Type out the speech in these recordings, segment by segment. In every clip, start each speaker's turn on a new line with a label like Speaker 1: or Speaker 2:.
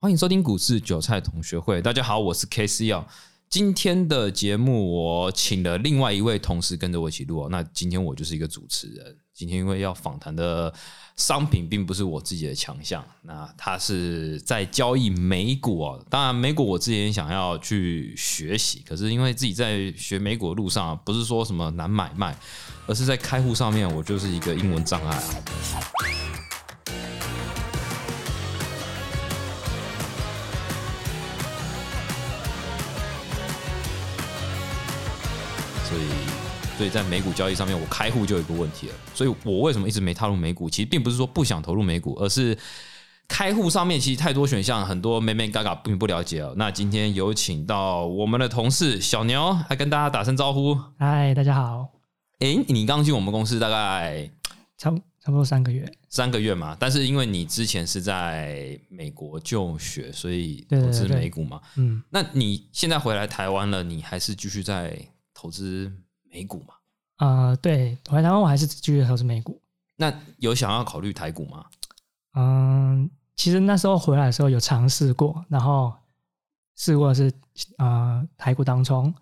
Speaker 1: 欢迎收听股市韭菜同学会。大家好，我是 K C 哦。今天的节目我请了另外一位同事跟着我一起录哦。那今天我就是一个主持人。今天因为要访谈的商品并不是我自己的强项，那他是在交易美股哦。当然，美股我之前想要去学习，可是因为自己在学美股的路上啊，不是说什么难买卖，而是在开户上面我就是一个英文障碍啊。所以所以在美股交易上面，我开户就有一个问题了。所以我为什么一直没踏入美股？其实并不是说不想投入美股，而是开户上面其实太多选项，很多妹妹嘎嘎并不了解哦。那今天有请到我们的同事小牛来跟大家打声招呼。
Speaker 2: 嗨，大家好，
Speaker 1: 诶，你刚进我们公司大概
Speaker 2: 差不差不多三个月，
Speaker 1: 三个月嘛，但是因为你之前是在美国就学，所以
Speaker 2: 对对
Speaker 1: 投资
Speaker 2: 对对
Speaker 1: 美股嘛。
Speaker 2: 嗯，
Speaker 1: 那你现在回来台湾了，你还是继续在投资美股嘛？
Speaker 2: 啊、对，回来台湾我还是继续投资美股，
Speaker 1: 那有想要考虑台股吗？
Speaker 2: 嗯，其实那时候回来的时候有尝试过，然后试过是啊、呃台股当冲，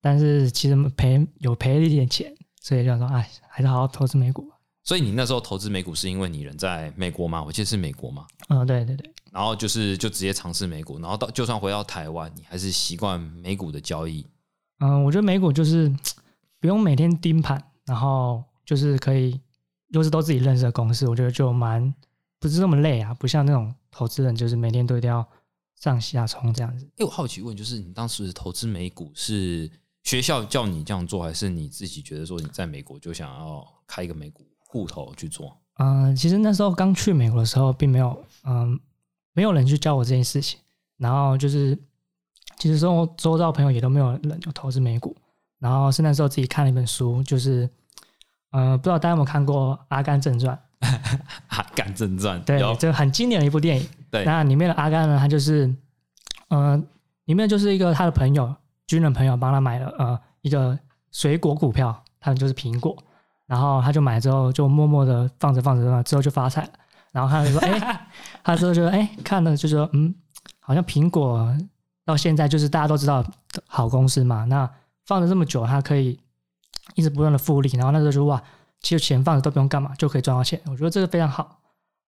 Speaker 2: 但是其实赔有赔了一点钱，所以就想说，哎，还是好好投资美股吧，
Speaker 1: 所以你那时候投资美股是因为你人在美国嘛？我记得是美国嘛，
Speaker 2: 嗯，对对对，
Speaker 1: 然后就是就直接尝试美股，然后到就算回到台湾，你还是习惯美股的交易。
Speaker 2: 嗯，我觉得美股就是不用每天盯盘，然后就是可以又是都自己认识的公司，我觉得就蛮不是那么累啊，不像那种投资人就是每天都一定要上下冲这样子。
Speaker 1: 哎，我好奇问，就是你当时投资美股是学校叫你这样做，还是你自己觉得说你在美国就想要开一个美股户头去做？
Speaker 2: 嗯、其实那时候刚去美国的时候，并没有嗯、没有人去教我这件事情，然后就是其实周周遭朋友也都没有人有投资美股，然后是那时候自己看了一本书，就是嗯、呃不知道大家有没有看过《阿甘正传》。
Speaker 1: 啊，干正传，
Speaker 2: 对
Speaker 1: 有，
Speaker 2: 这很经典的一部电影。
Speaker 1: 对
Speaker 2: 那里面的阿甘呢，他就是，呃，里面就是一个他的朋友，军人朋友帮他买了呃一个水果股票，他们就是苹果，然后他就买之后就默默的放着放着，之后就发财了。然后 他就说，哎、他之后就哎、看了就说，嗯，好像苹果到现在就是大家都知道好公司嘛，那放了这么久，它可以一直不断的复利，然后那时候就哇，其实钱放着都不用干嘛就可以赚到钱，我觉得这个非常好。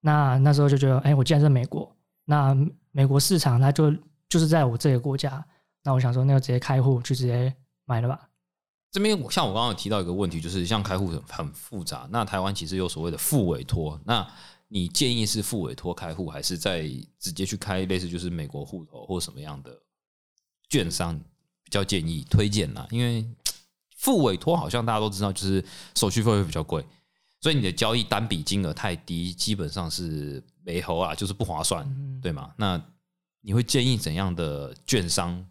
Speaker 2: 那那时候就觉得，哎、我既然在美国，那美国市场它就就是在我这个国家，那我想说，那就直接开户就直接买了吧。
Speaker 1: 这边我像我刚刚有提到一个问题，就是像开户很很复杂。那台湾其实有所谓的副委托，那你建议是副委托开户，还是在直接去开类似就是美国户头或什么样的券商比较建议推荐啦？因为副委托好像大家都知道，就是手续费会比较贵，所以你的交易单笔金额太低，基本上是没猴啊，就是不划算，
Speaker 2: 嗯
Speaker 1: 对吗？那你会建议怎样的券商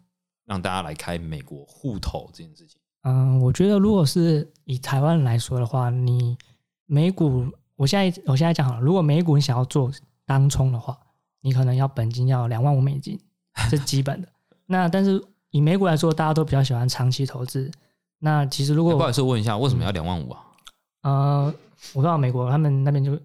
Speaker 1: 让大家来开美国户头这件事情？
Speaker 2: 嗯，我觉得如果是以台湾人来说的话，你美股，我现在我现在讲好了，如果美股你想要做当冲的话，你可能要本金要两万五美金，这是基本的。 那但是以美股来说，大家都比较喜欢长期投资。那其实如
Speaker 1: 欸不
Speaker 2: 果
Speaker 1: 好意思，问一下，为什么要两万五啊？
Speaker 2: 呃，我不知道美国他们那边就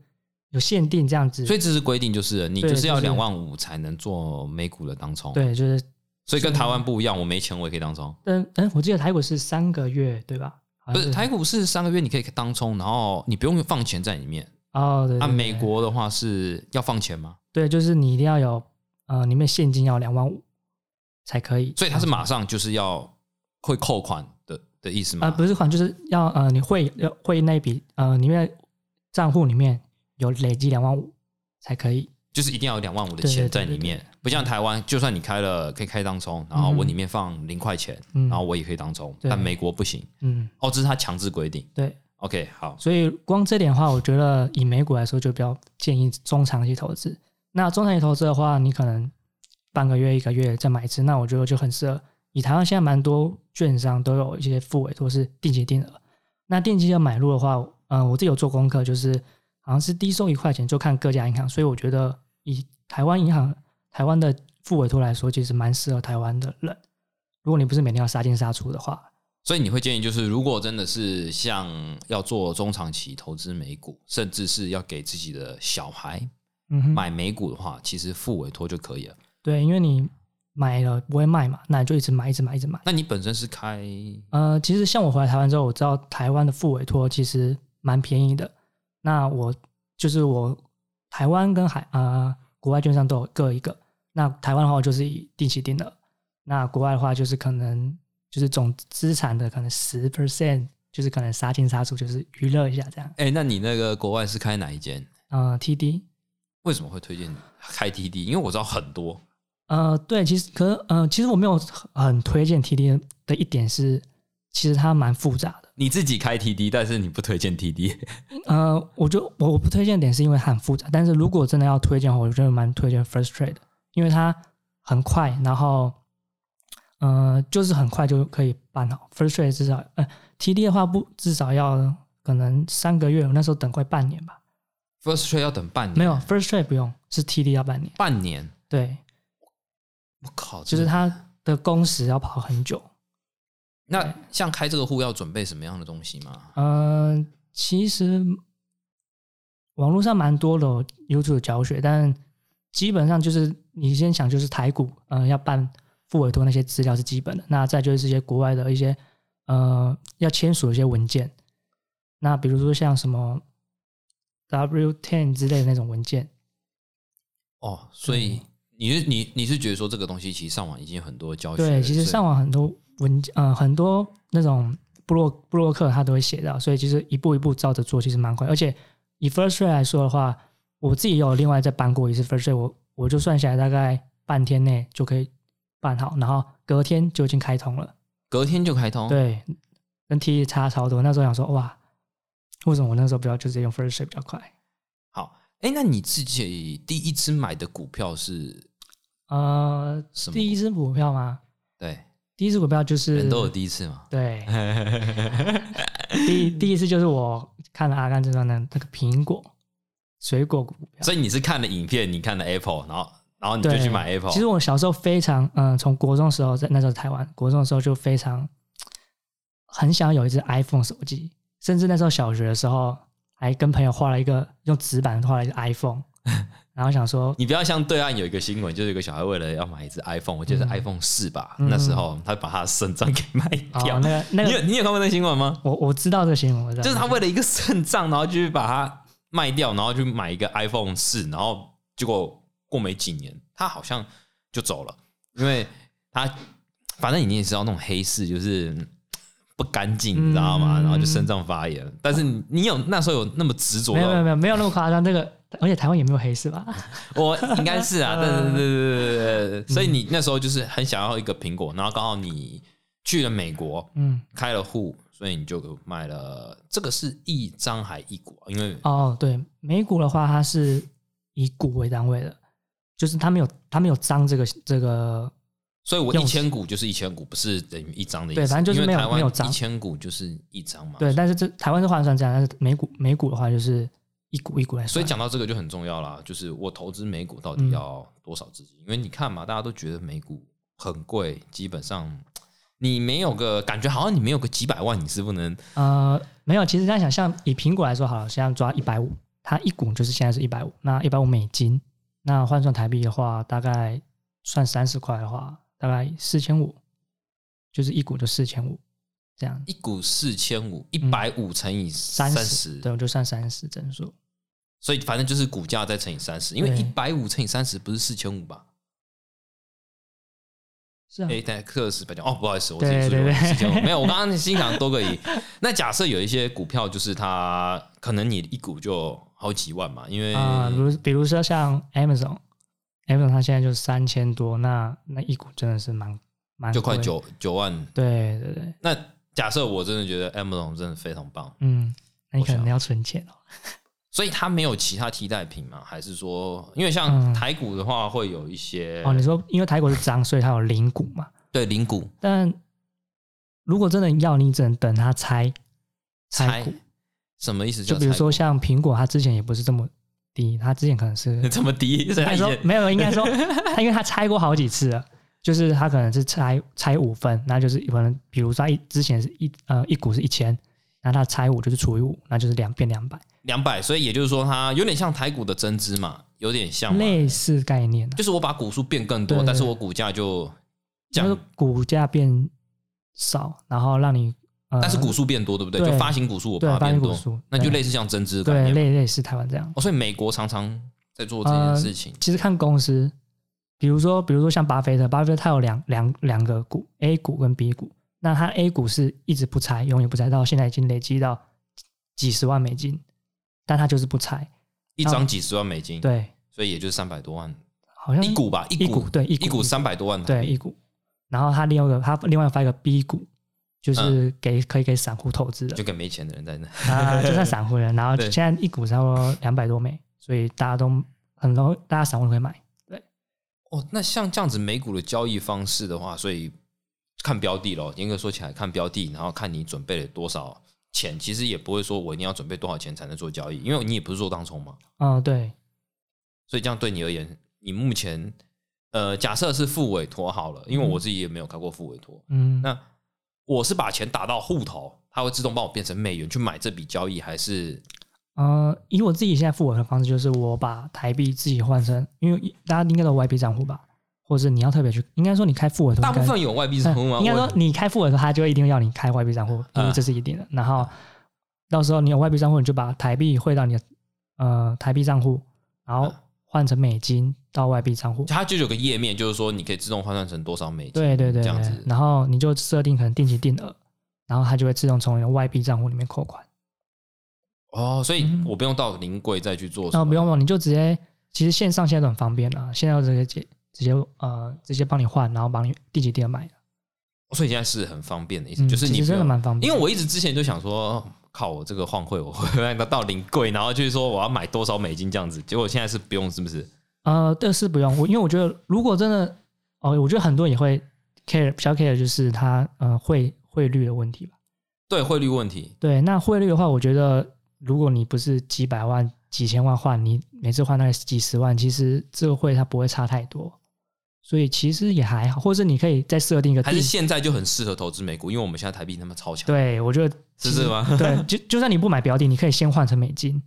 Speaker 2: 有限定这样子，
Speaker 1: 所以这是规定，就是你
Speaker 2: 对
Speaker 1: 就是要
Speaker 2: 就是
Speaker 1: 两万五才能做美股的当冲。，
Speaker 2: 对，就是
Speaker 1: 所以跟台湾不一样，我没钱我也可以当冲。
Speaker 2: 但但我记得台股是三个月啊对吧？好
Speaker 1: 不
Speaker 2: 像
Speaker 1: 是台股是三个月你可以当冲，然后你不用放钱在里面。
Speaker 2: 哦，对对
Speaker 1: 那、啊
Speaker 2: 对
Speaker 1: 美国的话是要放钱吗？
Speaker 2: 对，就是你一定要有呃，里面现金要两万五才可以，啊
Speaker 1: 所以它是马上就是要会扣款的的意思吗？
Speaker 2: 啊、不是款，就是要呃，你会要会那一笔呃，里面账户里面有累积两万五才可以，
Speaker 1: 就是一定要有两万五的
Speaker 2: 对对
Speaker 1: 钱
Speaker 2: 对
Speaker 1: 在里
Speaker 2: 对对
Speaker 1: 面，不像台湾，就算你开了可以开当冲，然后我里面放零块钱，
Speaker 2: 嗯
Speaker 1: 然后我也可以当冲，
Speaker 2: 对
Speaker 1: 但美国不行。
Speaker 2: 嗯，
Speaker 1: 哦，这是它强制规定。
Speaker 2: 对，
Speaker 1: OK，好，
Speaker 2: 所以光这点的话，我觉得以美股来说，就比较建议中长期投资。那中长期投资的话，你可能半个月、一个月再买一次，那我觉得就很适合。以台湾现在蛮多券商都有一些副委托是定期定额，那定期的买入的话，呃，我自己有做功课，就是好像是低收一块钱就看各家银行，所以我觉得以台湾银行、台湾的副委托来说，其实蛮适合台湾的人。如果你不是每天要杀进杀出的话，
Speaker 1: 所以你会建议，就是如果真的是像要做中长期投资美股，甚至是要给自己的小孩
Speaker 2: 嗯哼，
Speaker 1: 买美股的话，其实付委托就可以了。
Speaker 2: 对，因为你买了不会卖嘛，那你就一直买，一直买，一直买。
Speaker 1: 那你本身是开
Speaker 2: 呃，其实像我回来台湾之后，我知道台湾的副委托其实蛮便宜的。那我就是我台湾跟海啊、呃、国外券商都有各一个。那台湾的话，我就是以定期定额；那国外的话，就是可能就是总资产的可能十 percent，就是可能杀进杀出，就是娱乐一下这样。
Speaker 1: 哎、那你那个国外是开哪一间？
Speaker 2: 呃，TD，
Speaker 1: 为什么会推荐你开 TD？因为我知道很多
Speaker 2: 呃，对，其实可呃，其实我没有很推荐 TD 的一点是，其实它蛮复杂的。
Speaker 1: 你自己开 TD，但是你不推荐 TD，
Speaker 2: 呃，我就我我不推荐点是因为它很复杂，但是如果真的要推荐的话，我觉得蛮推荐 First Trade 的，因为它很快，然后呃，就是很快就可以办好。First Trade 至少呃 TD 的话不至少要可能三个月，我那时候等快半年吧。
Speaker 1: First Trade 要等半年，
Speaker 2: 没有 First Trade 不用，是 TD 要半年。
Speaker 1: 半年，
Speaker 2: 对，
Speaker 1: 我靠，
Speaker 2: 就是
Speaker 1: 真的
Speaker 2: 它的工时要跑很久。
Speaker 1: 那像开这个户要准备什么样的东西吗？
Speaker 2: 嗯、其实网络上蛮多的 YouTube 教学，但基本上就是你先想就是台股，嗯、要办付委托那些资料是基本的，那再就是一些国外的一些呃要签署的一些文件，那比如说像什么 W ten 之类的那种文件，
Speaker 1: 哦，所以你是你你是觉得说这个东西其实上网已经有很多教学了，
Speaker 2: 对，其实
Speaker 1: 所以
Speaker 2: 上网很多文呃很多那种布洛布洛克他都会写到，所以其实一步一步照着做，其实蛮快。而且以 First Trade 来说的话，我自己也有另外再搬过一次 First Trade，我我就算下来大概半天内就可以办好，然后隔天就已经开通了。
Speaker 1: 隔天就开通，
Speaker 2: 对，跟 T E 差超多。那时候想说哇，为什么我那时候不要就直接用 First Trade 比较快？
Speaker 1: 好，哎，那你自己第一只买的股票是
Speaker 2: 呃，
Speaker 1: 什么
Speaker 2: 第一只股票嘛，
Speaker 1: 对，
Speaker 2: 第一只股票就是
Speaker 1: 人都有第一次嘛。
Speaker 2: 对，第一第一次就是我看了《阿甘正传》的那个苹果水果股票，
Speaker 1: 所以你是看了影片，你看了 Apple，然后然后你就
Speaker 2: 嗯对
Speaker 1: 去买 Apple。
Speaker 2: 其实我小时候非常，嗯，从国中的时候在那时候台湾国中的时候就非常很想有一只 iPhone 手机，甚至那时候小学的时候还跟朋友画了一个用纸板画了一 个 iPhone，然后想说
Speaker 1: 你不要像对岸有一个新闻，就是有个小孩为了要买一只 iPhone，我记得是 iPhone 四吧，
Speaker 2: 嗯
Speaker 1: 那时候他把他的肾脏给卖
Speaker 2: 哦
Speaker 1: 掉。
Speaker 2: 那个那
Speaker 1: 你
Speaker 2: 个
Speaker 1: 有你有看过那个新闻吗？
Speaker 2: 我我知道这个新闻，我知道
Speaker 1: 就是他为了一个肾脏，然后就去把它卖掉，然后去买一个 iPhone 四，然后结果过没几年，他好像就走了，因为他反正你也知道那种黑市就是嗯不干净，你知道吗？
Speaker 2: 嗯
Speaker 1: 然后就肾脏发炎。但是你你有那时候有那么执着
Speaker 2: 没有没
Speaker 1: 吗？
Speaker 2: 有没有没有那么夸张，这个而且台湾也没有黑市吧？
Speaker 1: 我应该是 啊，对对对对对对对。所以你那时候就是很想要一个苹果，然后刚好你去了美国
Speaker 2: 嗯，
Speaker 1: 开了户，所以你就买了这个是一张还一股啊，因为
Speaker 2: 哦，对，美股的话，它是以股为单位的，就是它没有它没有张这个这个，
Speaker 1: 所以我
Speaker 2: 用
Speaker 1: 一千股就是一千股，不是等于一张的意思。
Speaker 2: 对反正就是没
Speaker 1: 因
Speaker 2: 有
Speaker 1: 为台湾
Speaker 2: 没有张
Speaker 1: 一千股啊就是一张嘛。
Speaker 2: 对，，但是这台湾是换算这样，但是美股美股的话就是一股一股来算，
Speaker 1: 所以讲到这个就很重要啦，就是我投资美股到底
Speaker 2: 嗯
Speaker 1: 要多少资金？因为你看嘛，大家都觉得美股很贵，基本上你没有个感觉，好像你没有个几百万，你是不能
Speaker 2: 呃没有，其实在想像以苹果来说好了，现在抓一百五，它一股就是现在是一百五，那一百五美金，那换算台币的话，大概算三十块的话，大概四千五，就是一股就四千五这样，
Speaker 1: 一股四千五，一百五乘以三
Speaker 2: 嗯三
Speaker 1: 十，
Speaker 2: 对，我就算三十整数，
Speaker 1: 所以反正就是股价再乘以三十，因为
Speaker 2: 对
Speaker 1: 一百五乘以三十不是四千五吧？
Speaker 2: 是啊，
Speaker 1: 哎，但克斯百讲哦，不好意思，我自己
Speaker 2: 对
Speaker 1: 数学
Speaker 2: 对对
Speaker 1: 问题没 有，我刚刚心想多个亿。那假设有一些股票，就是它可能你一股就好几万嘛，因为
Speaker 2: 啊、比如比如说像 Amazon，Amazon 它现在就三千多，那那一股真的是蛮蛮
Speaker 1: 就快
Speaker 2: 贵的。
Speaker 1: 九九万。
Speaker 2: 对对对，
Speaker 1: 那假设我真的觉得 Amazon 真的非常棒，
Speaker 2: 嗯，那你
Speaker 1: 我
Speaker 2: 可能
Speaker 1: 想
Speaker 2: 要存钱哦。
Speaker 1: 所以它没有其他替代品嘛？还是说，因为像
Speaker 2: 嗯
Speaker 1: 台股的话，会有一些
Speaker 2: 哦，你说因为台股是涨，所以它有零股嘛？
Speaker 1: 对零股
Speaker 2: 但如果真的要，你只能等它拆拆
Speaker 1: 拆
Speaker 2: 股。
Speaker 1: 什么意思？
Speaker 2: 就比如
Speaker 1: 叫
Speaker 2: 说像苹果，它之前也不是这么低，它之前可 能是
Speaker 1: 拆股这么 低，所以它
Speaker 2: 应该
Speaker 1: 以
Speaker 2: 说
Speaker 1: 前
Speaker 2: 没有，应该说他因为他拆过好几次了，就是他可能是拆拆五份，那就是可能比如说他一之前是一呃一股是一千，那他拆五就是除以五，那就是两变两百，
Speaker 1: 两百，所以也就是说，它有点像台股的增资嘛，有点像嘛，
Speaker 2: 类似概念啊，
Speaker 1: 就是我把股数变更多，
Speaker 2: 对对
Speaker 1: 但是我股价就
Speaker 2: 就是
Speaker 1: 降，
Speaker 2: 股价变少，然后让你，呃、
Speaker 1: 但是股数变多，对不对？
Speaker 2: 对
Speaker 1: 就发行股数我把
Speaker 2: 对
Speaker 1: 它
Speaker 2: 发
Speaker 1: 变
Speaker 2: 行股
Speaker 1: 多，
Speaker 2: 数，
Speaker 1: 那就
Speaker 2: 对
Speaker 1: 类似像增资的概
Speaker 2: 对
Speaker 1: 念嘛。
Speaker 2: 类类似台湾这样。
Speaker 1: 哦，所以美国常常在做这件事情。
Speaker 2: 其实看公司，比如说比如说像巴菲特，巴菲特他有两两两个股 A 股跟 B 股，那他 A 股是一直不拆，永远不拆，到现在已经累积到几十万美金，但他就是不拆，
Speaker 1: 一张几十万美金，
Speaker 2: 对，
Speaker 1: 所以也就是三百多万
Speaker 2: 好像
Speaker 1: 一股吧，一
Speaker 2: 一
Speaker 1: 股
Speaker 2: 股对一
Speaker 1: 一股三百多万台
Speaker 2: 对
Speaker 1: 币，
Speaker 2: 一股，然后他另外一个他另外发一个 B 股，就是给、可以给散户投资的
Speaker 1: 嗯就给没钱的人在那。
Speaker 2: 啊，就算散户人，然后
Speaker 1: 对
Speaker 2: 现在一股差不多两百多美，所以大家都很容易，大家散户都可以买。
Speaker 1: 哦，那像这样子美股的交易方式的话，所以看标的咯，严格说起来看标的，然后看你准备了多少钱，其实也不会说我一定要准备多少钱才能做交易，因为你也不是做当冲嘛，
Speaker 2: 嗯，对，
Speaker 1: 所以这样对你而言，你目前呃假设是付委托好了，因为我自己也没有开过付委托，
Speaker 2: 嗯，
Speaker 1: 那我是把钱打到户头，它会自动帮我变成美元去买这笔交易，还是
Speaker 2: 呃，以我自己现在付我的方式，就是我把台币自己换成，因为大家应该都有 YB 账户吧，或者是你要特别去，应该说你开付委托，
Speaker 1: 大部分有外币
Speaker 2: 应
Speaker 1: 账
Speaker 2: 该
Speaker 1: 户 吗？
Speaker 2: 应该说
Speaker 1: 我
Speaker 2: 你开付委托，他就一定要你开 YB 账户，因
Speaker 1: 嗯
Speaker 2: 为这是一定的。然后到时候你有 YB 账户，你就把台币汇到你的呃台币账户，然
Speaker 1: 嗯
Speaker 2: 后换成美金到 YB 账户。
Speaker 1: 它就有个页面，就是说你可以自动换算成多少美金，
Speaker 2: 对对对，
Speaker 1: 这样
Speaker 2: 对
Speaker 1: 子
Speaker 2: 然后你就设定可能定期定额，然后它就会自动从你的外币账户里面扣款。
Speaker 1: 哦，所以
Speaker 2: 嗯
Speaker 1: 我不用到临柜再去做什
Speaker 2: 然
Speaker 1: 么，
Speaker 2: 后不用了，你就直接，其实线上现在都很方便了，现在直接接直接呃直接帮你换，然后帮你第几店买的，
Speaker 1: 哦所以现在是很方便的意思，
Speaker 2: 嗯，
Speaker 1: 就是
Speaker 2: 其
Speaker 1: 你
Speaker 2: 实
Speaker 1: 不
Speaker 2: 真的
Speaker 1: 用。
Speaker 2: 蛮方便
Speaker 1: 因
Speaker 2: 的。
Speaker 1: 为我一直之前就想说，哦靠，我这个换汇，我会到到临柜，然后就是说我要买多少美金这样子，结果现在是不用，是不是？
Speaker 2: 呃，这是不用，我因为我觉得如果真的哦，我觉得很多人也会 care 比较 care 就是它呃汇汇率的问题吧。
Speaker 1: 对汇率问题，
Speaker 2: 对，那汇率的话，我觉得如果你不是几百万、几千万换，你每次换那几十万，其实这个汇它不会差太多，所以其实也还好，或者你可以再设定一个
Speaker 1: 还
Speaker 2: 定
Speaker 1: 是现在就很适合投资美股，因为我们现在台币他妈超强，
Speaker 2: 对，我觉得
Speaker 1: 是这吗？
Speaker 2: 对，就就算你不买标的，你可以先换成美金。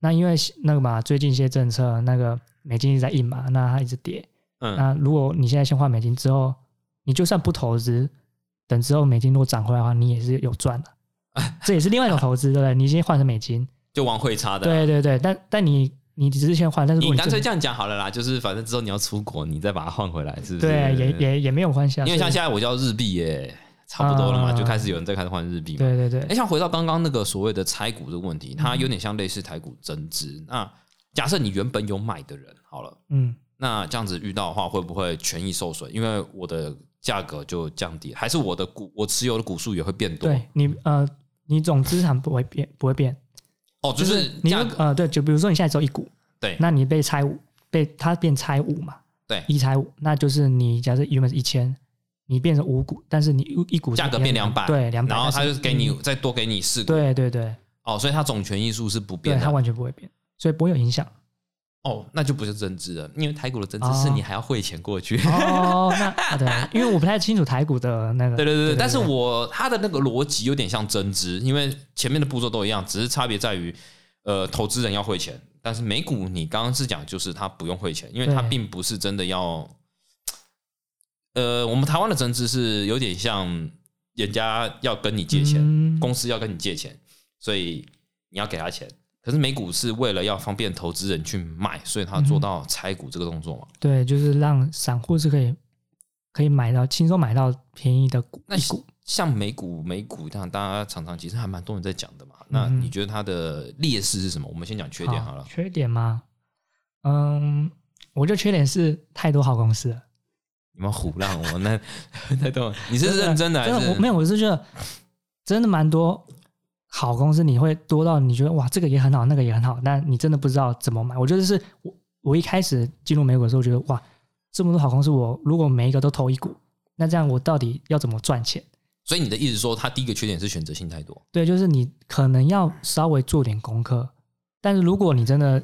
Speaker 2: 那因为那个嘛，最近一些政策，那个美金一直在印嘛，那它一直跌。
Speaker 1: 嗯，
Speaker 2: 那如果你现在先换美金之后，你就算不投资，等之后美金如果涨回来的话，你也是有 赚的。这也是另外一种投资，对不对？你先换成美金，
Speaker 1: 就玩汇差的啊。
Speaker 2: 对对对。但但你你只是先换，但是如果
Speaker 1: 你
Speaker 2: 你
Speaker 1: 干脆这样讲好了啦，就是反正之后你要出国，你再把它换回来，是不是？
Speaker 2: 对也也也没有关系啊。
Speaker 1: 因为像
Speaker 2: 所
Speaker 1: 现在我要日币耶，差不多了嘛，
Speaker 2: 啊
Speaker 1: 就开始有人在开始换日币
Speaker 2: 以
Speaker 1: 嘛。
Speaker 2: 对对嗯
Speaker 1: 哎、
Speaker 2: 对，
Speaker 1: 像回到刚刚那个所谓的拆股这个问题，它有点像类似台股增资。那假设你原本有买的人好了，
Speaker 2: 嗯，
Speaker 1: 那这样子遇到的话，会不会权益受损？因为我的价格就降低，还是我的股我持有的股数也会变多？
Speaker 2: 对你呃，你总资产不会变，不会变，
Speaker 1: 哦，就
Speaker 2: 就是你
Speaker 1: 价
Speaker 2: 如
Speaker 1: 格
Speaker 2: 呃对，就比如说你现在只有一股，
Speaker 1: 对
Speaker 2: 那你被拆五，被它变拆五嘛？
Speaker 1: 对
Speaker 2: 一拆五，那就是你假设原本是一千，你变成五股，但是你一一股
Speaker 1: 价格变两百，
Speaker 2: 对，两百，
Speaker 1: 然后他
Speaker 2: 但嗯
Speaker 1: 就是给你再多给你四股，
Speaker 2: 对对对
Speaker 1: 哦，所以它总权益数是不
Speaker 2: 对，
Speaker 1: 变的
Speaker 2: 它。完全不会变，所以不会有影响。
Speaker 1: 哦，那就不是增资了，因为台股的增资是你还要汇钱过去。
Speaker 2: 哦，那啊对，因为我不太清楚台股的那个，
Speaker 1: 对对对对，但是我它的那个逻辑有点像增资，因为前面的步骤都一样，只是差别在于，呃，投资人要汇钱，但是美股你刚刚是讲就是它不用汇钱，因为它
Speaker 2: 对
Speaker 1: 并不是真的要，呃，我们台湾的增资是有点像人家要跟你借钱，
Speaker 2: 嗯
Speaker 1: 公司要跟你借钱，所以你要给他钱。可是美股是为了要方便投资人去买，所以他做到拆股这个动作嘛。
Speaker 2: 对，就是让散户是可以可以买到轻松买到便宜的股
Speaker 1: 那
Speaker 2: 一股，
Speaker 1: 像美股、美股这样，大家常常其实还蛮多人在讲的嘛。那
Speaker 2: 嗯
Speaker 1: 你觉得它的劣势是什么？我们先讲缺点好了。
Speaker 2: 缺点吗？嗯，我觉得缺点是太多好公司了。
Speaker 1: 你们胡乱我那那 都，你是认真的还
Speaker 2: 啊真的，我
Speaker 1: 是
Speaker 2: 没有，我是觉得真的蛮多好公司，你会多到你觉得哇，这个也很好，那个也很好，但你真的不知道怎么买。我觉得是我我一开始进入美股的时候，觉得哇，这么多好公司，我如果每一个都投一股，那这样我到底要怎么赚钱？
Speaker 1: 所以你的意思说，它第一个缺点是选择性太多。
Speaker 2: 对，就是你可能要
Speaker 1: 嗯
Speaker 2: 稍微做点功课，但是如果你真的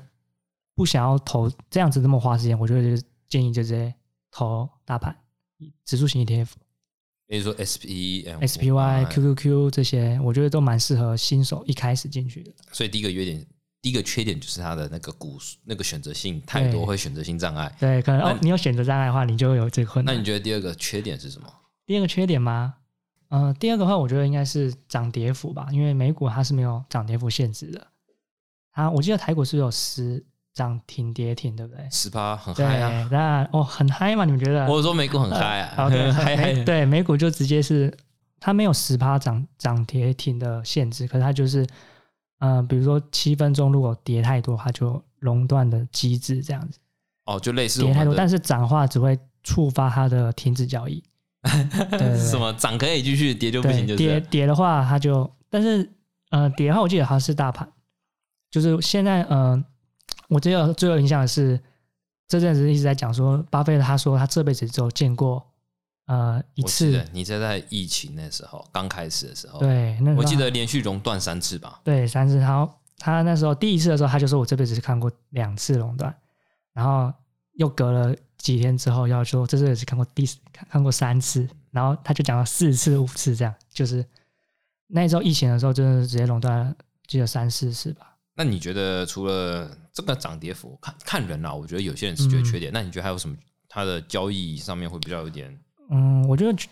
Speaker 2: 不想要投这样子那么花时间，我觉得就是建议就直接投大盘指数型 E ETF。
Speaker 1: 比如说 S P 啊
Speaker 2: SPY、QQQ 这些，我觉得都蛮适合新手一开始进去的。
Speaker 1: 所以第一个优点第一个缺点就是它的那个股那个选择性太多，
Speaker 2: 对
Speaker 1: 会选择性障碍。
Speaker 2: 对，可能
Speaker 1: 那
Speaker 2: 哦，你有选择障碍的话，你就有这个困
Speaker 1: 那
Speaker 2: 难
Speaker 1: 你。觉得第二个缺点是什么？
Speaker 2: 第二个缺点吗？呃，第二个话，我觉得应该是涨跌幅吧，因为美股它是没有涨跌幅限制的。啊，我记得台股是有十涨停跌停，对不对？
Speaker 1: 十趴很
Speaker 2: 对
Speaker 1: 嗨啊！，
Speaker 2: 那哦，很嗨嘛？你们觉得？
Speaker 1: 我说美股很嗨啊，
Speaker 2: 呃好 对，
Speaker 1: 嗨嗨
Speaker 2: 美对美股就直接是它没有十趴涨涨跌停的限制，可是它就是，呃，比如说七分钟如果跌太多，它就熔断的机制这样子，
Speaker 1: 哦，就类似我
Speaker 2: 跌太多，
Speaker 1: 们的
Speaker 2: 但是涨的话只会触发它的停止交易。对对对
Speaker 1: 什么涨可以继续，跌就不
Speaker 2: 对
Speaker 1: 行，，就是
Speaker 2: 跌跌的话，它就，但是呃，跌的话，我记得它是大盘，就是现在呃，我最有最有印象的是，这阵子一直在讲说，巴菲特他说他这辈子只有见过呃一
Speaker 1: 我记
Speaker 2: 次
Speaker 1: 得，你在在疫情那时候刚开始的时候，，
Speaker 2: 对，那时候
Speaker 1: 我记得连续熔断三次吧。
Speaker 2: 对三次，然后他那时候第一次的时候，他就说我这辈子是看过两次熔断，然后又隔了几天之后，要说这次也是看过第四看看过三次，然后他就讲了四次五次这样，就是那时候疫情的时候，真的是直接垄断了，记得三四次吧。
Speaker 1: 那你觉得除了这个涨跌幅，看看人啦、我觉得有些人是觉得缺点，那你觉得还有什么？它的交易上面会比较有点
Speaker 2: 嗯，我觉得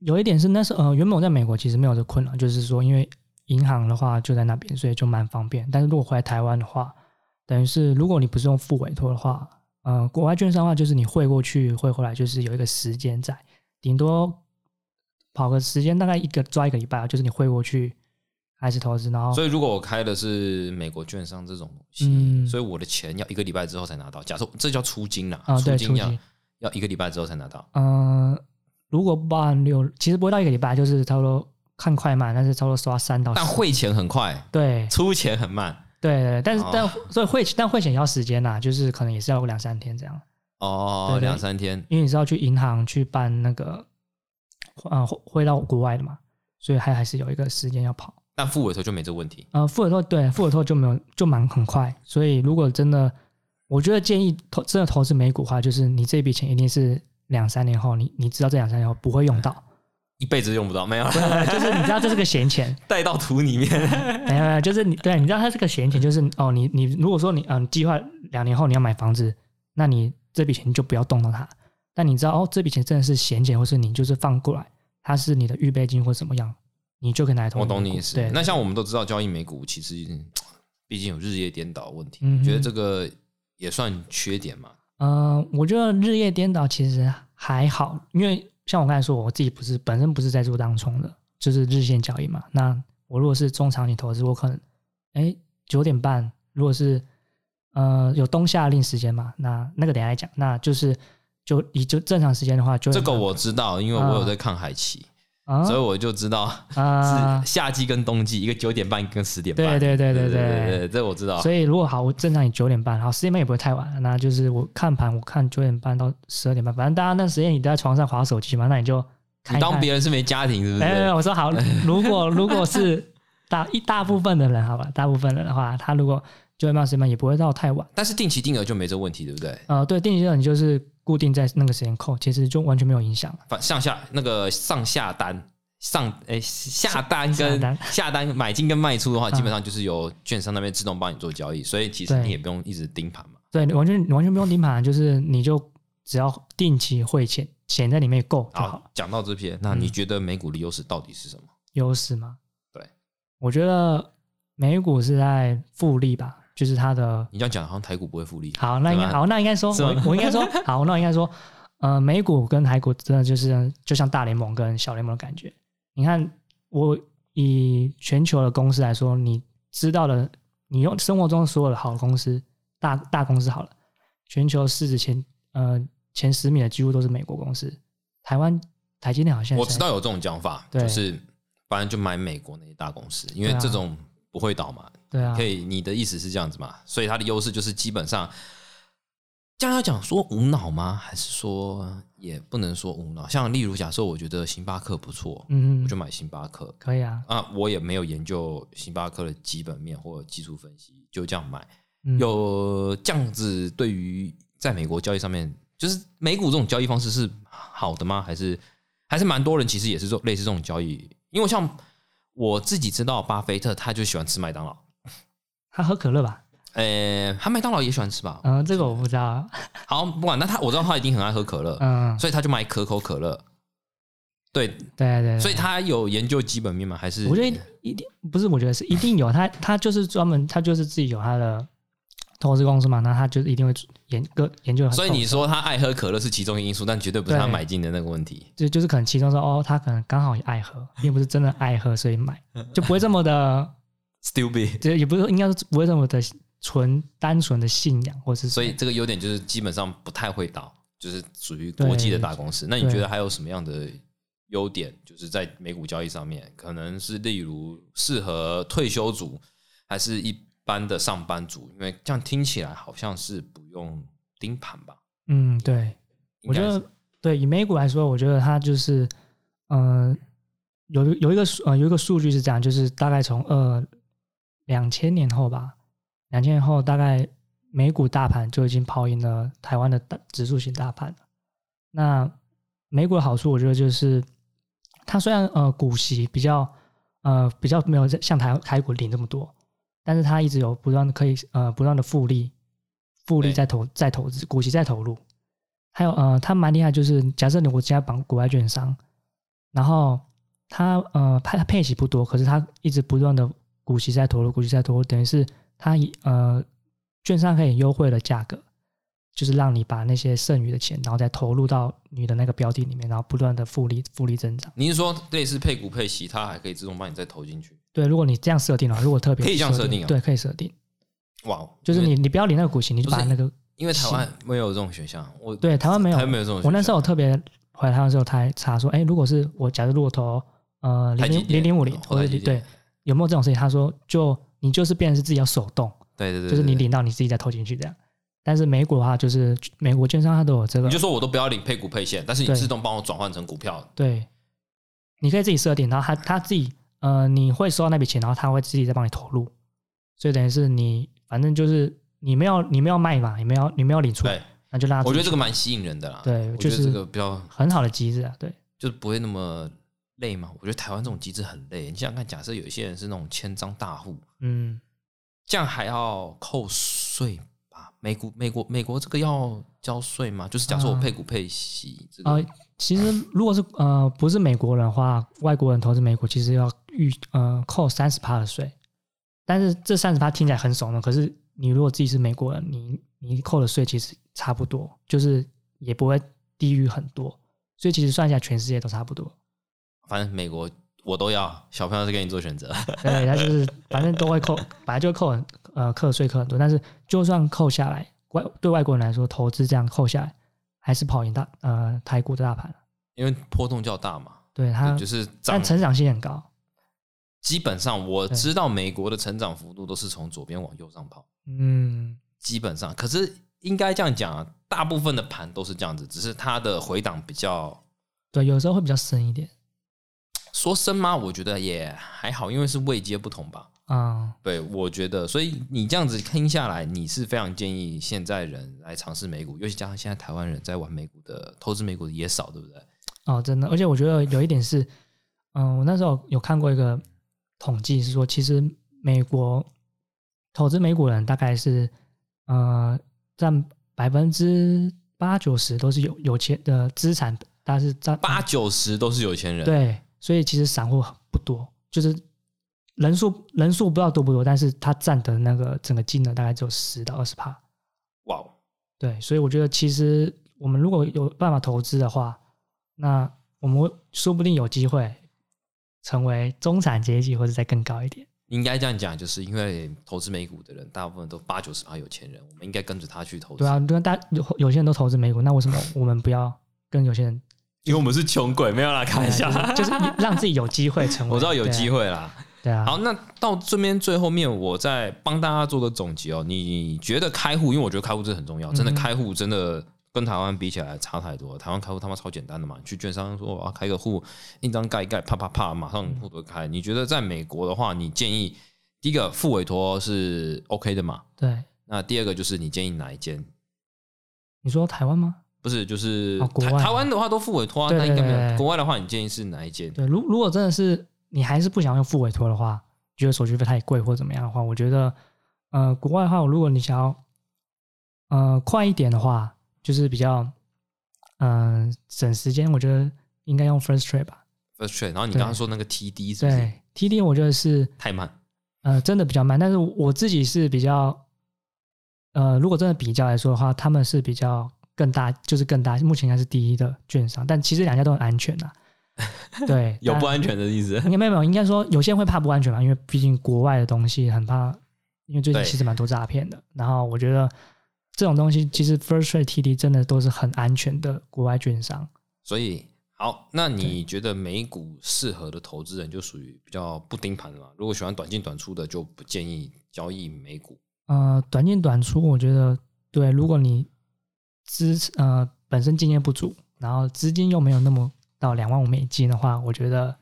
Speaker 2: 有一点是那时候呃，原本我在美国其实没有这困扰，就是说因为银行的话就在那边，所以就蛮方便。但是如果回来台湾的话，等于是如果你不是用付委托的话，呃，国外券商的话就是你汇过去汇回来，就是有一个时间在，顶多跑个时间大概一个抓一个礼拜啊，就是你汇过去开始投资，然后
Speaker 1: 所以如果我开的是美国券商这种东西，
Speaker 2: 嗯
Speaker 1: 所以我的钱要一个礼拜之后才拿到。假设这叫出金啦，
Speaker 2: 啊对
Speaker 1: 金
Speaker 2: 出
Speaker 1: 要
Speaker 2: 金
Speaker 1: 要一个礼拜之后才拿到。
Speaker 2: 呃，如果不包含六，其实不会到一个礼拜，就是差不多看快慢，但是差不多刷三到
Speaker 1: 但
Speaker 2: 四。
Speaker 1: 汇钱很快，
Speaker 2: 对，
Speaker 1: 出钱很慢
Speaker 2: 对对，但是、
Speaker 1: 哦
Speaker 2: 但所以会但会险要时间啦，就是可能也是要两三天这样，
Speaker 1: 哦
Speaker 2: 对，对
Speaker 1: 两三天。
Speaker 2: 因为你是要去银行去办那个，呃，汇汇到国外的嘛，所以还还是有一个时间要跑。
Speaker 1: 但付委托就没这个问题。
Speaker 2: 呃，富尔托对富尔托就没有就蛮很快，所以如果真的，我觉得建议投真的投资美股的话，就是你这笔钱一定是两三年后，你你知道这两三年后不会用到，
Speaker 1: 一辈子用不到，没有
Speaker 2: 不然就是你知道这是个闲钱，
Speaker 1: 带到土里 面。
Speaker 2: 没有，没有，就是你对，你知道它是个闲钱，就是哦，你你如果说你嗯、你计划两年后你要买房子，那你这笔钱就不要动到它。但你知道哦，这笔钱真的是闲钱，或是你就是放过来，它是你的预备金或怎么样，你就可以拿来投。
Speaker 1: 我懂你意思
Speaker 2: 对，。
Speaker 1: 那像我们都知道，交易美股其实嗯毕竟有日夜颠倒的问题，
Speaker 2: 嗯哼
Speaker 1: 你觉得这个也算缺点嘛？
Speaker 2: 嗯、我觉得日夜颠倒其实还好，因为像我刚才说，我自己不是本身不是在做当冲的，就是日线交易嘛。那我如果是中长期投资，我可能哎九点半，如果是呃有冬夏令时间嘛，那那个等一下来讲，那就是就以就正常时间的话就，
Speaker 1: 这个我知道，因为我有在看海奇，
Speaker 2: 啊
Speaker 1: 所以我就知道
Speaker 2: 啊
Speaker 1: 是，夏季跟冬季，一个九点半，一个十点半。
Speaker 2: 对对对
Speaker 1: 对
Speaker 2: 对
Speaker 1: 对
Speaker 2: 对。
Speaker 1: 对，这我知道。
Speaker 2: 所以如果好，我正常以九点半，好时间也不会太晚，那就是我看盘，我看九点半到十二点半，反正大家那时间你都在床上划手机嘛，那你就看
Speaker 1: 你
Speaker 2: 一看
Speaker 1: 当别人是没家庭是不
Speaker 2: 没有没有，
Speaker 1: 是？
Speaker 2: 哎我说好，如果如果是大一大部分的人，好吧，大部分人的话，他如果九点半十点半也不会到太晚。
Speaker 1: 但是定期定额就没这问题，对不对？
Speaker 2: 呃，对，定期定你就是固定在那个时间扣，其实就完全没有影响。
Speaker 1: 反上下那个上下单上诶下单
Speaker 2: 下
Speaker 1: 跟
Speaker 2: 单
Speaker 1: 下单买进跟卖出的话，
Speaker 2: 嗯
Speaker 1: 基本上就是由券商那边自动帮你做交易，所以其实
Speaker 2: 对
Speaker 1: 你也不用一直盯盘嘛。
Speaker 2: 对，你完全你完全不用盯盘，就是你就只要定期汇钱，钱在里面够就好了嗯
Speaker 1: 好，讲到这篇，那你觉得美股的优势到底是什么？
Speaker 2: 优势吗？
Speaker 1: 对，
Speaker 2: 我觉得美股是在复利吧，就是它的
Speaker 1: 你这样讲，好像台股不会复利。
Speaker 2: 好，那应该
Speaker 1: 对吧
Speaker 2: 好，那应该说，
Speaker 1: 是吗
Speaker 2: 我我应该 说，好，那我应该说，呃，美股跟台股真的就是就像大联盟跟小联盟的感觉。你看，我以全球的公司来说，你知道的，你用生活中所有的好公司，大大公司好了，全球市值前呃前十名的几乎都是美国公司，台湾台积电好像
Speaker 1: 我
Speaker 2: 在
Speaker 1: 知道有这种讲法，
Speaker 2: 对
Speaker 1: 就是反正就买美国那些大公司，因为
Speaker 2: 对啊
Speaker 1: 这种不会倒嘛。
Speaker 2: 对啊
Speaker 1: 可，以，你的意思是这样子嘛？所以它的优势就是基本上，这样要讲说无脑吗？还是说也不能说无脑？像例如，假设我觉得星巴克不错，
Speaker 2: 嗯
Speaker 1: 我
Speaker 2: 嗯，
Speaker 1: 就买星巴克。
Speaker 2: 可以啊，
Speaker 1: 啊，我也没有研究星巴克的基本面或技术分析，就这样买。
Speaker 2: 嗯
Speaker 1: 有这样子，对于在美国交易上面，就是美股这种交易方式是好的吗？还是还是蛮多人其实也是做类似这种交易？因为像我自己知道，巴菲特他就喜欢吃麦当劳，
Speaker 2: 他喝可乐吧？
Speaker 1: 呃，他麦当劳也喜欢吃吧？
Speaker 2: 嗯、这个我不知道。
Speaker 1: 好，不管，那他我知道他一定很爱喝可乐，
Speaker 2: 嗯，
Speaker 1: 所以他就买可口可乐。对，
Speaker 2: 对对对。
Speaker 1: 所以他有研究基本面吗？还是
Speaker 2: 嗯我觉得一定不是，我觉得是一定有他，他就是专门，他就是自己有他的投资公司嘛，那他就是一定会研个研究很透彻。
Speaker 1: 所以你说他爱喝可乐是其中一个因素，但绝对不是他
Speaker 2: 对
Speaker 1: 买进的那个问题。
Speaker 2: 就就是可能其中说哦，他可能刚好也爱喝，并不是真的爱喝，所以买
Speaker 1: 嗯
Speaker 2: 就不会这么 的，
Speaker 1: Stupid。
Speaker 2: 就也不是说应该是不会这么的纯单纯的信仰，或是
Speaker 1: 所以这个优点就是基本上不太会倒，就是属于国际的大公司。那你觉得还有什么样的优点？就是在美股交易上面，可能是例如适合退休族，还是一般的上班族？因为这样听起来好像是不用盯盘吧？
Speaker 2: 嗯，对，我觉
Speaker 1: 应该
Speaker 2: 得
Speaker 1: 是
Speaker 2: 对以美股来说，我觉得它就是，嗯、有一有一个数呃有一个数据是这样，就是大概从呃两千年后吧，两千年后大概美股大盘就已经跑赢了台湾的大指数型大盘了。那美股的好处，我觉得就是它虽然呃股息比较呃比较没有在像台台股领这么多，但是它一直有不断的可以呃不断的复利，复利
Speaker 1: 对
Speaker 2: 再投再投资，股息再投入。还有呃，它蛮厉害，就是假设你我家绑国外券商，然后它呃配配息不多，可是它一直不断的股息在投入，股息在投入，等于是它以呃券商可以优惠的价格，就是让你把那些剩余的钱，然后再投入到你的那个标的里面，然后不断的复利复利增长。
Speaker 1: 你是说类似配股配息，它还可以自动帮你再投进去？
Speaker 2: 对，如果你这样设定了，如果特别
Speaker 1: 可以这样设定啊
Speaker 2: 对，可以设定，
Speaker 1: 哇哦，
Speaker 2: 就是
Speaker 1: 因
Speaker 2: 你
Speaker 1: 为
Speaker 2: 你不要理那个股息，你就
Speaker 1: 不是
Speaker 2: 把那个
Speaker 1: 因为台湾没有这种选项，我
Speaker 2: 对台湾没有
Speaker 1: 台湾没有这种选项。
Speaker 2: 我那时候特别回来台湾的时候，他还查说，哎、如果是我假如如果投呃
Speaker 1: 台
Speaker 2: 零
Speaker 1: 积
Speaker 2: 零
Speaker 1: 电
Speaker 2: 零零五零
Speaker 1: 哦，
Speaker 2: 或
Speaker 1: 台
Speaker 2: 者
Speaker 1: 积
Speaker 2: 是
Speaker 1: 电
Speaker 2: 对有没有这种事情？他说就你就是变成是自己要手动，
Speaker 1: 对对对，
Speaker 2: 就是你
Speaker 1: 对对
Speaker 2: 领到你自己再投进去这样。但是美股的话，就是美国券商它都有这个
Speaker 1: 你就，说我都不要领配股配现，但是你
Speaker 2: 对
Speaker 1: 自动帮我转换成股票，
Speaker 2: 对，你可以自己设定，然后他他自己呃你会收到那笔钱，然后他会自己再帮你投入，所以等于是你反正就是你没有你没有卖嘛，你没有你没有领出来
Speaker 1: 对，
Speaker 2: 那就让他
Speaker 1: 我
Speaker 2: 自
Speaker 1: 觉
Speaker 2: 己
Speaker 1: 得这个蛮吸引人的啦。
Speaker 2: 对
Speaker 1: 我
Speaker 2: 就
Speaker 1: 觉得这
Speaker 2: 是
Speaker 1: 个比较
Speaker 2: 很好的机制啊，对，
Speaker 1: 就是不会那么累嘛。我觉得台湾这种机制很累。你想想看，假设有一些人是那种千张大户，
Speaker 2: 嗯，
Speaker 1: 这样还要扣税吧？美股美国美国这个要交税吗？就是假设我
Speaker 2: 啊
Speaker 1: 配股配息，这个、
Speaker 2: 啊，其实如果是呃不是美国人的话，外国人投资美股其实要预呃扣三十趴的税，但是这三十趴听起来很耸动，可是你如果自己是美国人，你你扣的税其实差不多，就是也不会低于很多，所以其实算下来全世界都差不多。
Speaker 1: 反正美国我都要。小朋友是给你做选择，
Speaker 2: 对，他就是反正都会扣，本来就会扣很呃课税扣很多，但是就算扣下来，外对外国人来说，投资这样扣下来还是跑赢大呃台股的大盘，
Speaker 1: 因为波动较大嘛，
Speaker 2: 对它，
Speaker 1: 就是涨
Speaker 2: 但。成长性很高。
Speaker 1: 基本上我
Speaker 2: 对
Speaker 1: 知道美国的成长幅度都是从左边往右上跑。
Speaker 2: 嗯，
Speaker 1: 基本上，可是应该这样讲啊，大部分的盘都是这样子，只是它的回档比较
Speaker 2: 对，有时候会比较深一点
Speaker 1: 说深吗？我觉得也还好，因为是位阶不同吧。
Speaker 2: 啊、
Speaker 1: 对，我觉得，所以你这样子听下来，你是非常建议现在人来尝试美股，尤其加上现在台湾人在玩美股的投资美股的也少，对不对？
Speaker 2: 哦，真的，而且我觉得有一点是，嗯、我那时候有看过一个统计是说，其实美国投资美股人大概是呃占百分之八九十都是有有钱的资产，但是占
Speaker 1: 八九十都是有钱人，，
Speaker 2: 对，所以其实散户不多，就是人数人数不知道多不多，但是他占的那个整个金额大概只有十到二十趴。
Speaker 1: 哇哦，
Speaker 2: 对，所以我觉得其实我们如果有办法投资的话，那我们会说不定有机会成为中产阶级，或者再更高一点。
Speaker 1: 应该这样讲，就是因为投资美股的人大部分都八九十趴有钱人，我们应该跟着他去投资，
Speaker 2: 对啊，对啊，大有有些人都投资美股，那为什么我们不要跟有 些人
Speaker 1: 因为我们是穷鬼，没有啦，开玩笑，
Speaker 2: 就是就是让自己有机会成为？
Speaker 1: 我知道有机
Speaker 2: 会，
Speaker 1: 会啦。
Speaker 2: 对啊，
Speaker 1: 好，那到这边最后面，我再帮大家做个总结哦。你觉得开户，因为我觉得开户这很重要，真的
Speaker 2: 嗯
Speaker 1: 开户真的跟台湾比起来差太多了。台湾开户他妈超简单的嘛，你去券商说我要开个户，印章盖一盖，啪啪啪，马上户头
Speaker 2: 嗯
Speaker 1: 开。你觉得在美国的话，你建议第一个付委托是 OK 的嘛？
Speaker 2: 对，
Speaker 1: 那第二个就是你建议哪一间？
Speaker 2: 你说台湾吗？
Speaker 1: 不是，就是
Speaker 2: 哦国
Speaker 1: 台
Speaker 2: 外
Speaker 1: 台湾的话都付委托啊，
Speaker 2: 对
Speaker 1: 那应该
Speaker 2: 对
Speaker 1: 没有。
Speaker 2: 对
Speaker 1: 国外的话，你建议是哪一间？
Speaker 2: 对，如如果真的是你还是不想用付委托的话，觉得手续费太贵或怎么样的话，我觉得呃，国外的话，如果你想要呃快一点的话，就是比较嗯、呃省时间，我觉得应该用 First Trip 吧。
Speaker 1: First Trade，然后你
Speaker 2: 对
Speaker 1: 刚刚说那个 TD 是不是
Speaker 2: 对，TD 我觉得是
Speaker 1: 太慢？
Speaker 2: 呃真的比较慢，但是我自己是比较呃，如果真的比较来说的话，他们是比较更大，就是更大，目前应该是第一的券商，但其实两家都很安全呐、啊对，
Speaker 1: 有
Speaker 2: 但
Speaker 1: 不安全的意思？
Speaker 2: 应该没有，应该说有些人会怕不安全嘛，因为毕竟国外的东西很怕，因为最近
Speaker 1: 对
Speaker 2: 其实蛮多诈骗的。然后我觉得这种东西其实 First Trade TD 真的都是很安全的国外券商。
Speaker 1: 所以好，那你觉得美股适合的投资人就属于比较不盯盘的嘛？如果喜欢短进短出的，就不建议交易美股。
Speaker 2: 呃，短进短出，我觉得对，如果你资呃本身经验不足，然后资金又没有那么到两万五美金的话，我 觉得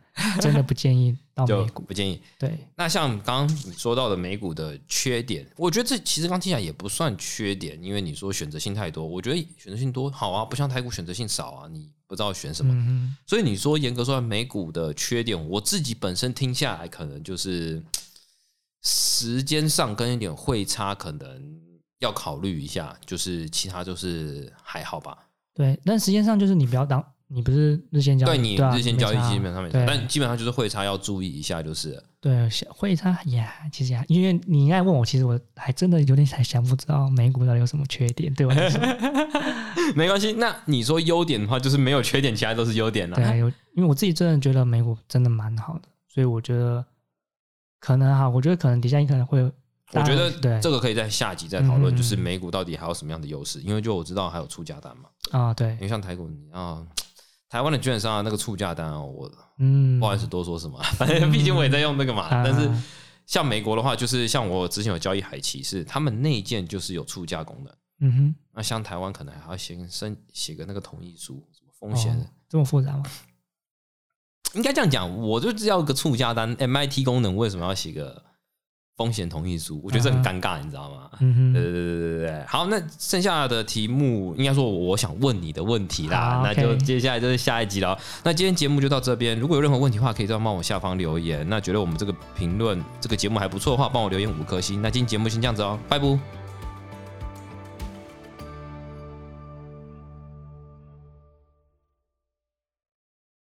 Speaker 2: 真的不建议到
Speaker 1: 就
Speaker 2: 哦美股。
Speaker 1: 不建议。
Speaker 2: 对，
Speaker 1: 那像刚刚你说到的美股的缺点，我觉得这其实刚听起来也不算缺点，因为你说选择性太多，我觉得选择性多好啊，不像台股选择性少啊，你不知道选什么。
Speaker 2: 嗯
Speaker 1: 所以你说严格说来，美股的缺点，我自己本身听下来，可能就是时间上跟一点会差，可能要考虑一下。就是其他就是还好吧。
Speaker 2: 对，但时间上就是你不要当，你不是日线交易，
Speaker 1: 对
Speaker 2: 对
Speaker 1: 你
Speaker 2: 啊
Speaker 1: 日线交易
Speaker 2: 没差
Speaker 1: 基本上没差，
Speaker 2: 对
Speaker 1: 但基本上就是会差要注意一下，就是了
Speaker 2: 对，想会差呀，其实呀，因为你应该问我，其实我还真的有点还想不知道美股到底有什么缺点，对我 来说，
Speaker 1: 没关系。那你说优点的话，就是没有缺点，其他都是优点了、
Speaker 2: 对，有，因为我自己真的觉得美股真的蛮好的，所以我觉得可能哈，我觉得可能底下你可能会有，
Speaker 1: 我觉
Speaker 2: 大家
Speaker 1: 得
Speaker 2: 对
Speaker 1: 这个可以在下集再讨论，
Speaker 2: 嗯
Speaker 1: 就是美股到底还有什么样的优势？因为就我知道还有出价单嘛，
Speaker 2: 啊、
Speaker 1: 因
Speaker 2: 对，
Speaker 1: 为像台股你啊，台湾的券商啊那个出价单啊，我
Speaker 2: 嗯，
Speaker 1: 不好意思多说什么，啊 反正毕竟我也在用那个嘛。
Speaker 2: 啊
Speaker 1: 但是像美国的话，就是像我之前有交易海奇，是他们内建就是有出价功能。
Speaker 2: 嗯哼，
Speaker 1: 那像台湾可能还要先申写个那个同意书，什么风险、
Speaker 2: 哦这么复杂吗？
Speaker 1: 应该这样讲，我就知道个促价单 MIT 功能为什么要写个风险同意书，我觉得这很尴尬，你知道吗？
Speaker 2: 嗯
Speaker 1: 对对
Speaker 2: 哼，
Speaker 1: 对对对对，好，那剩下的题目应该说我想问你的问题啦
Speaker 2: 好，
Speaker 1: 那
Speaker 2: OK
Speaker 1: 就接下来就是下一集了。那今天节目就到这边，如果有任何问题的话，可以在帮我下方留言。那觉得我们这个评论这个节目还不错的话，帮我留言五颗星。那今天节目先这样子哦，拜拜。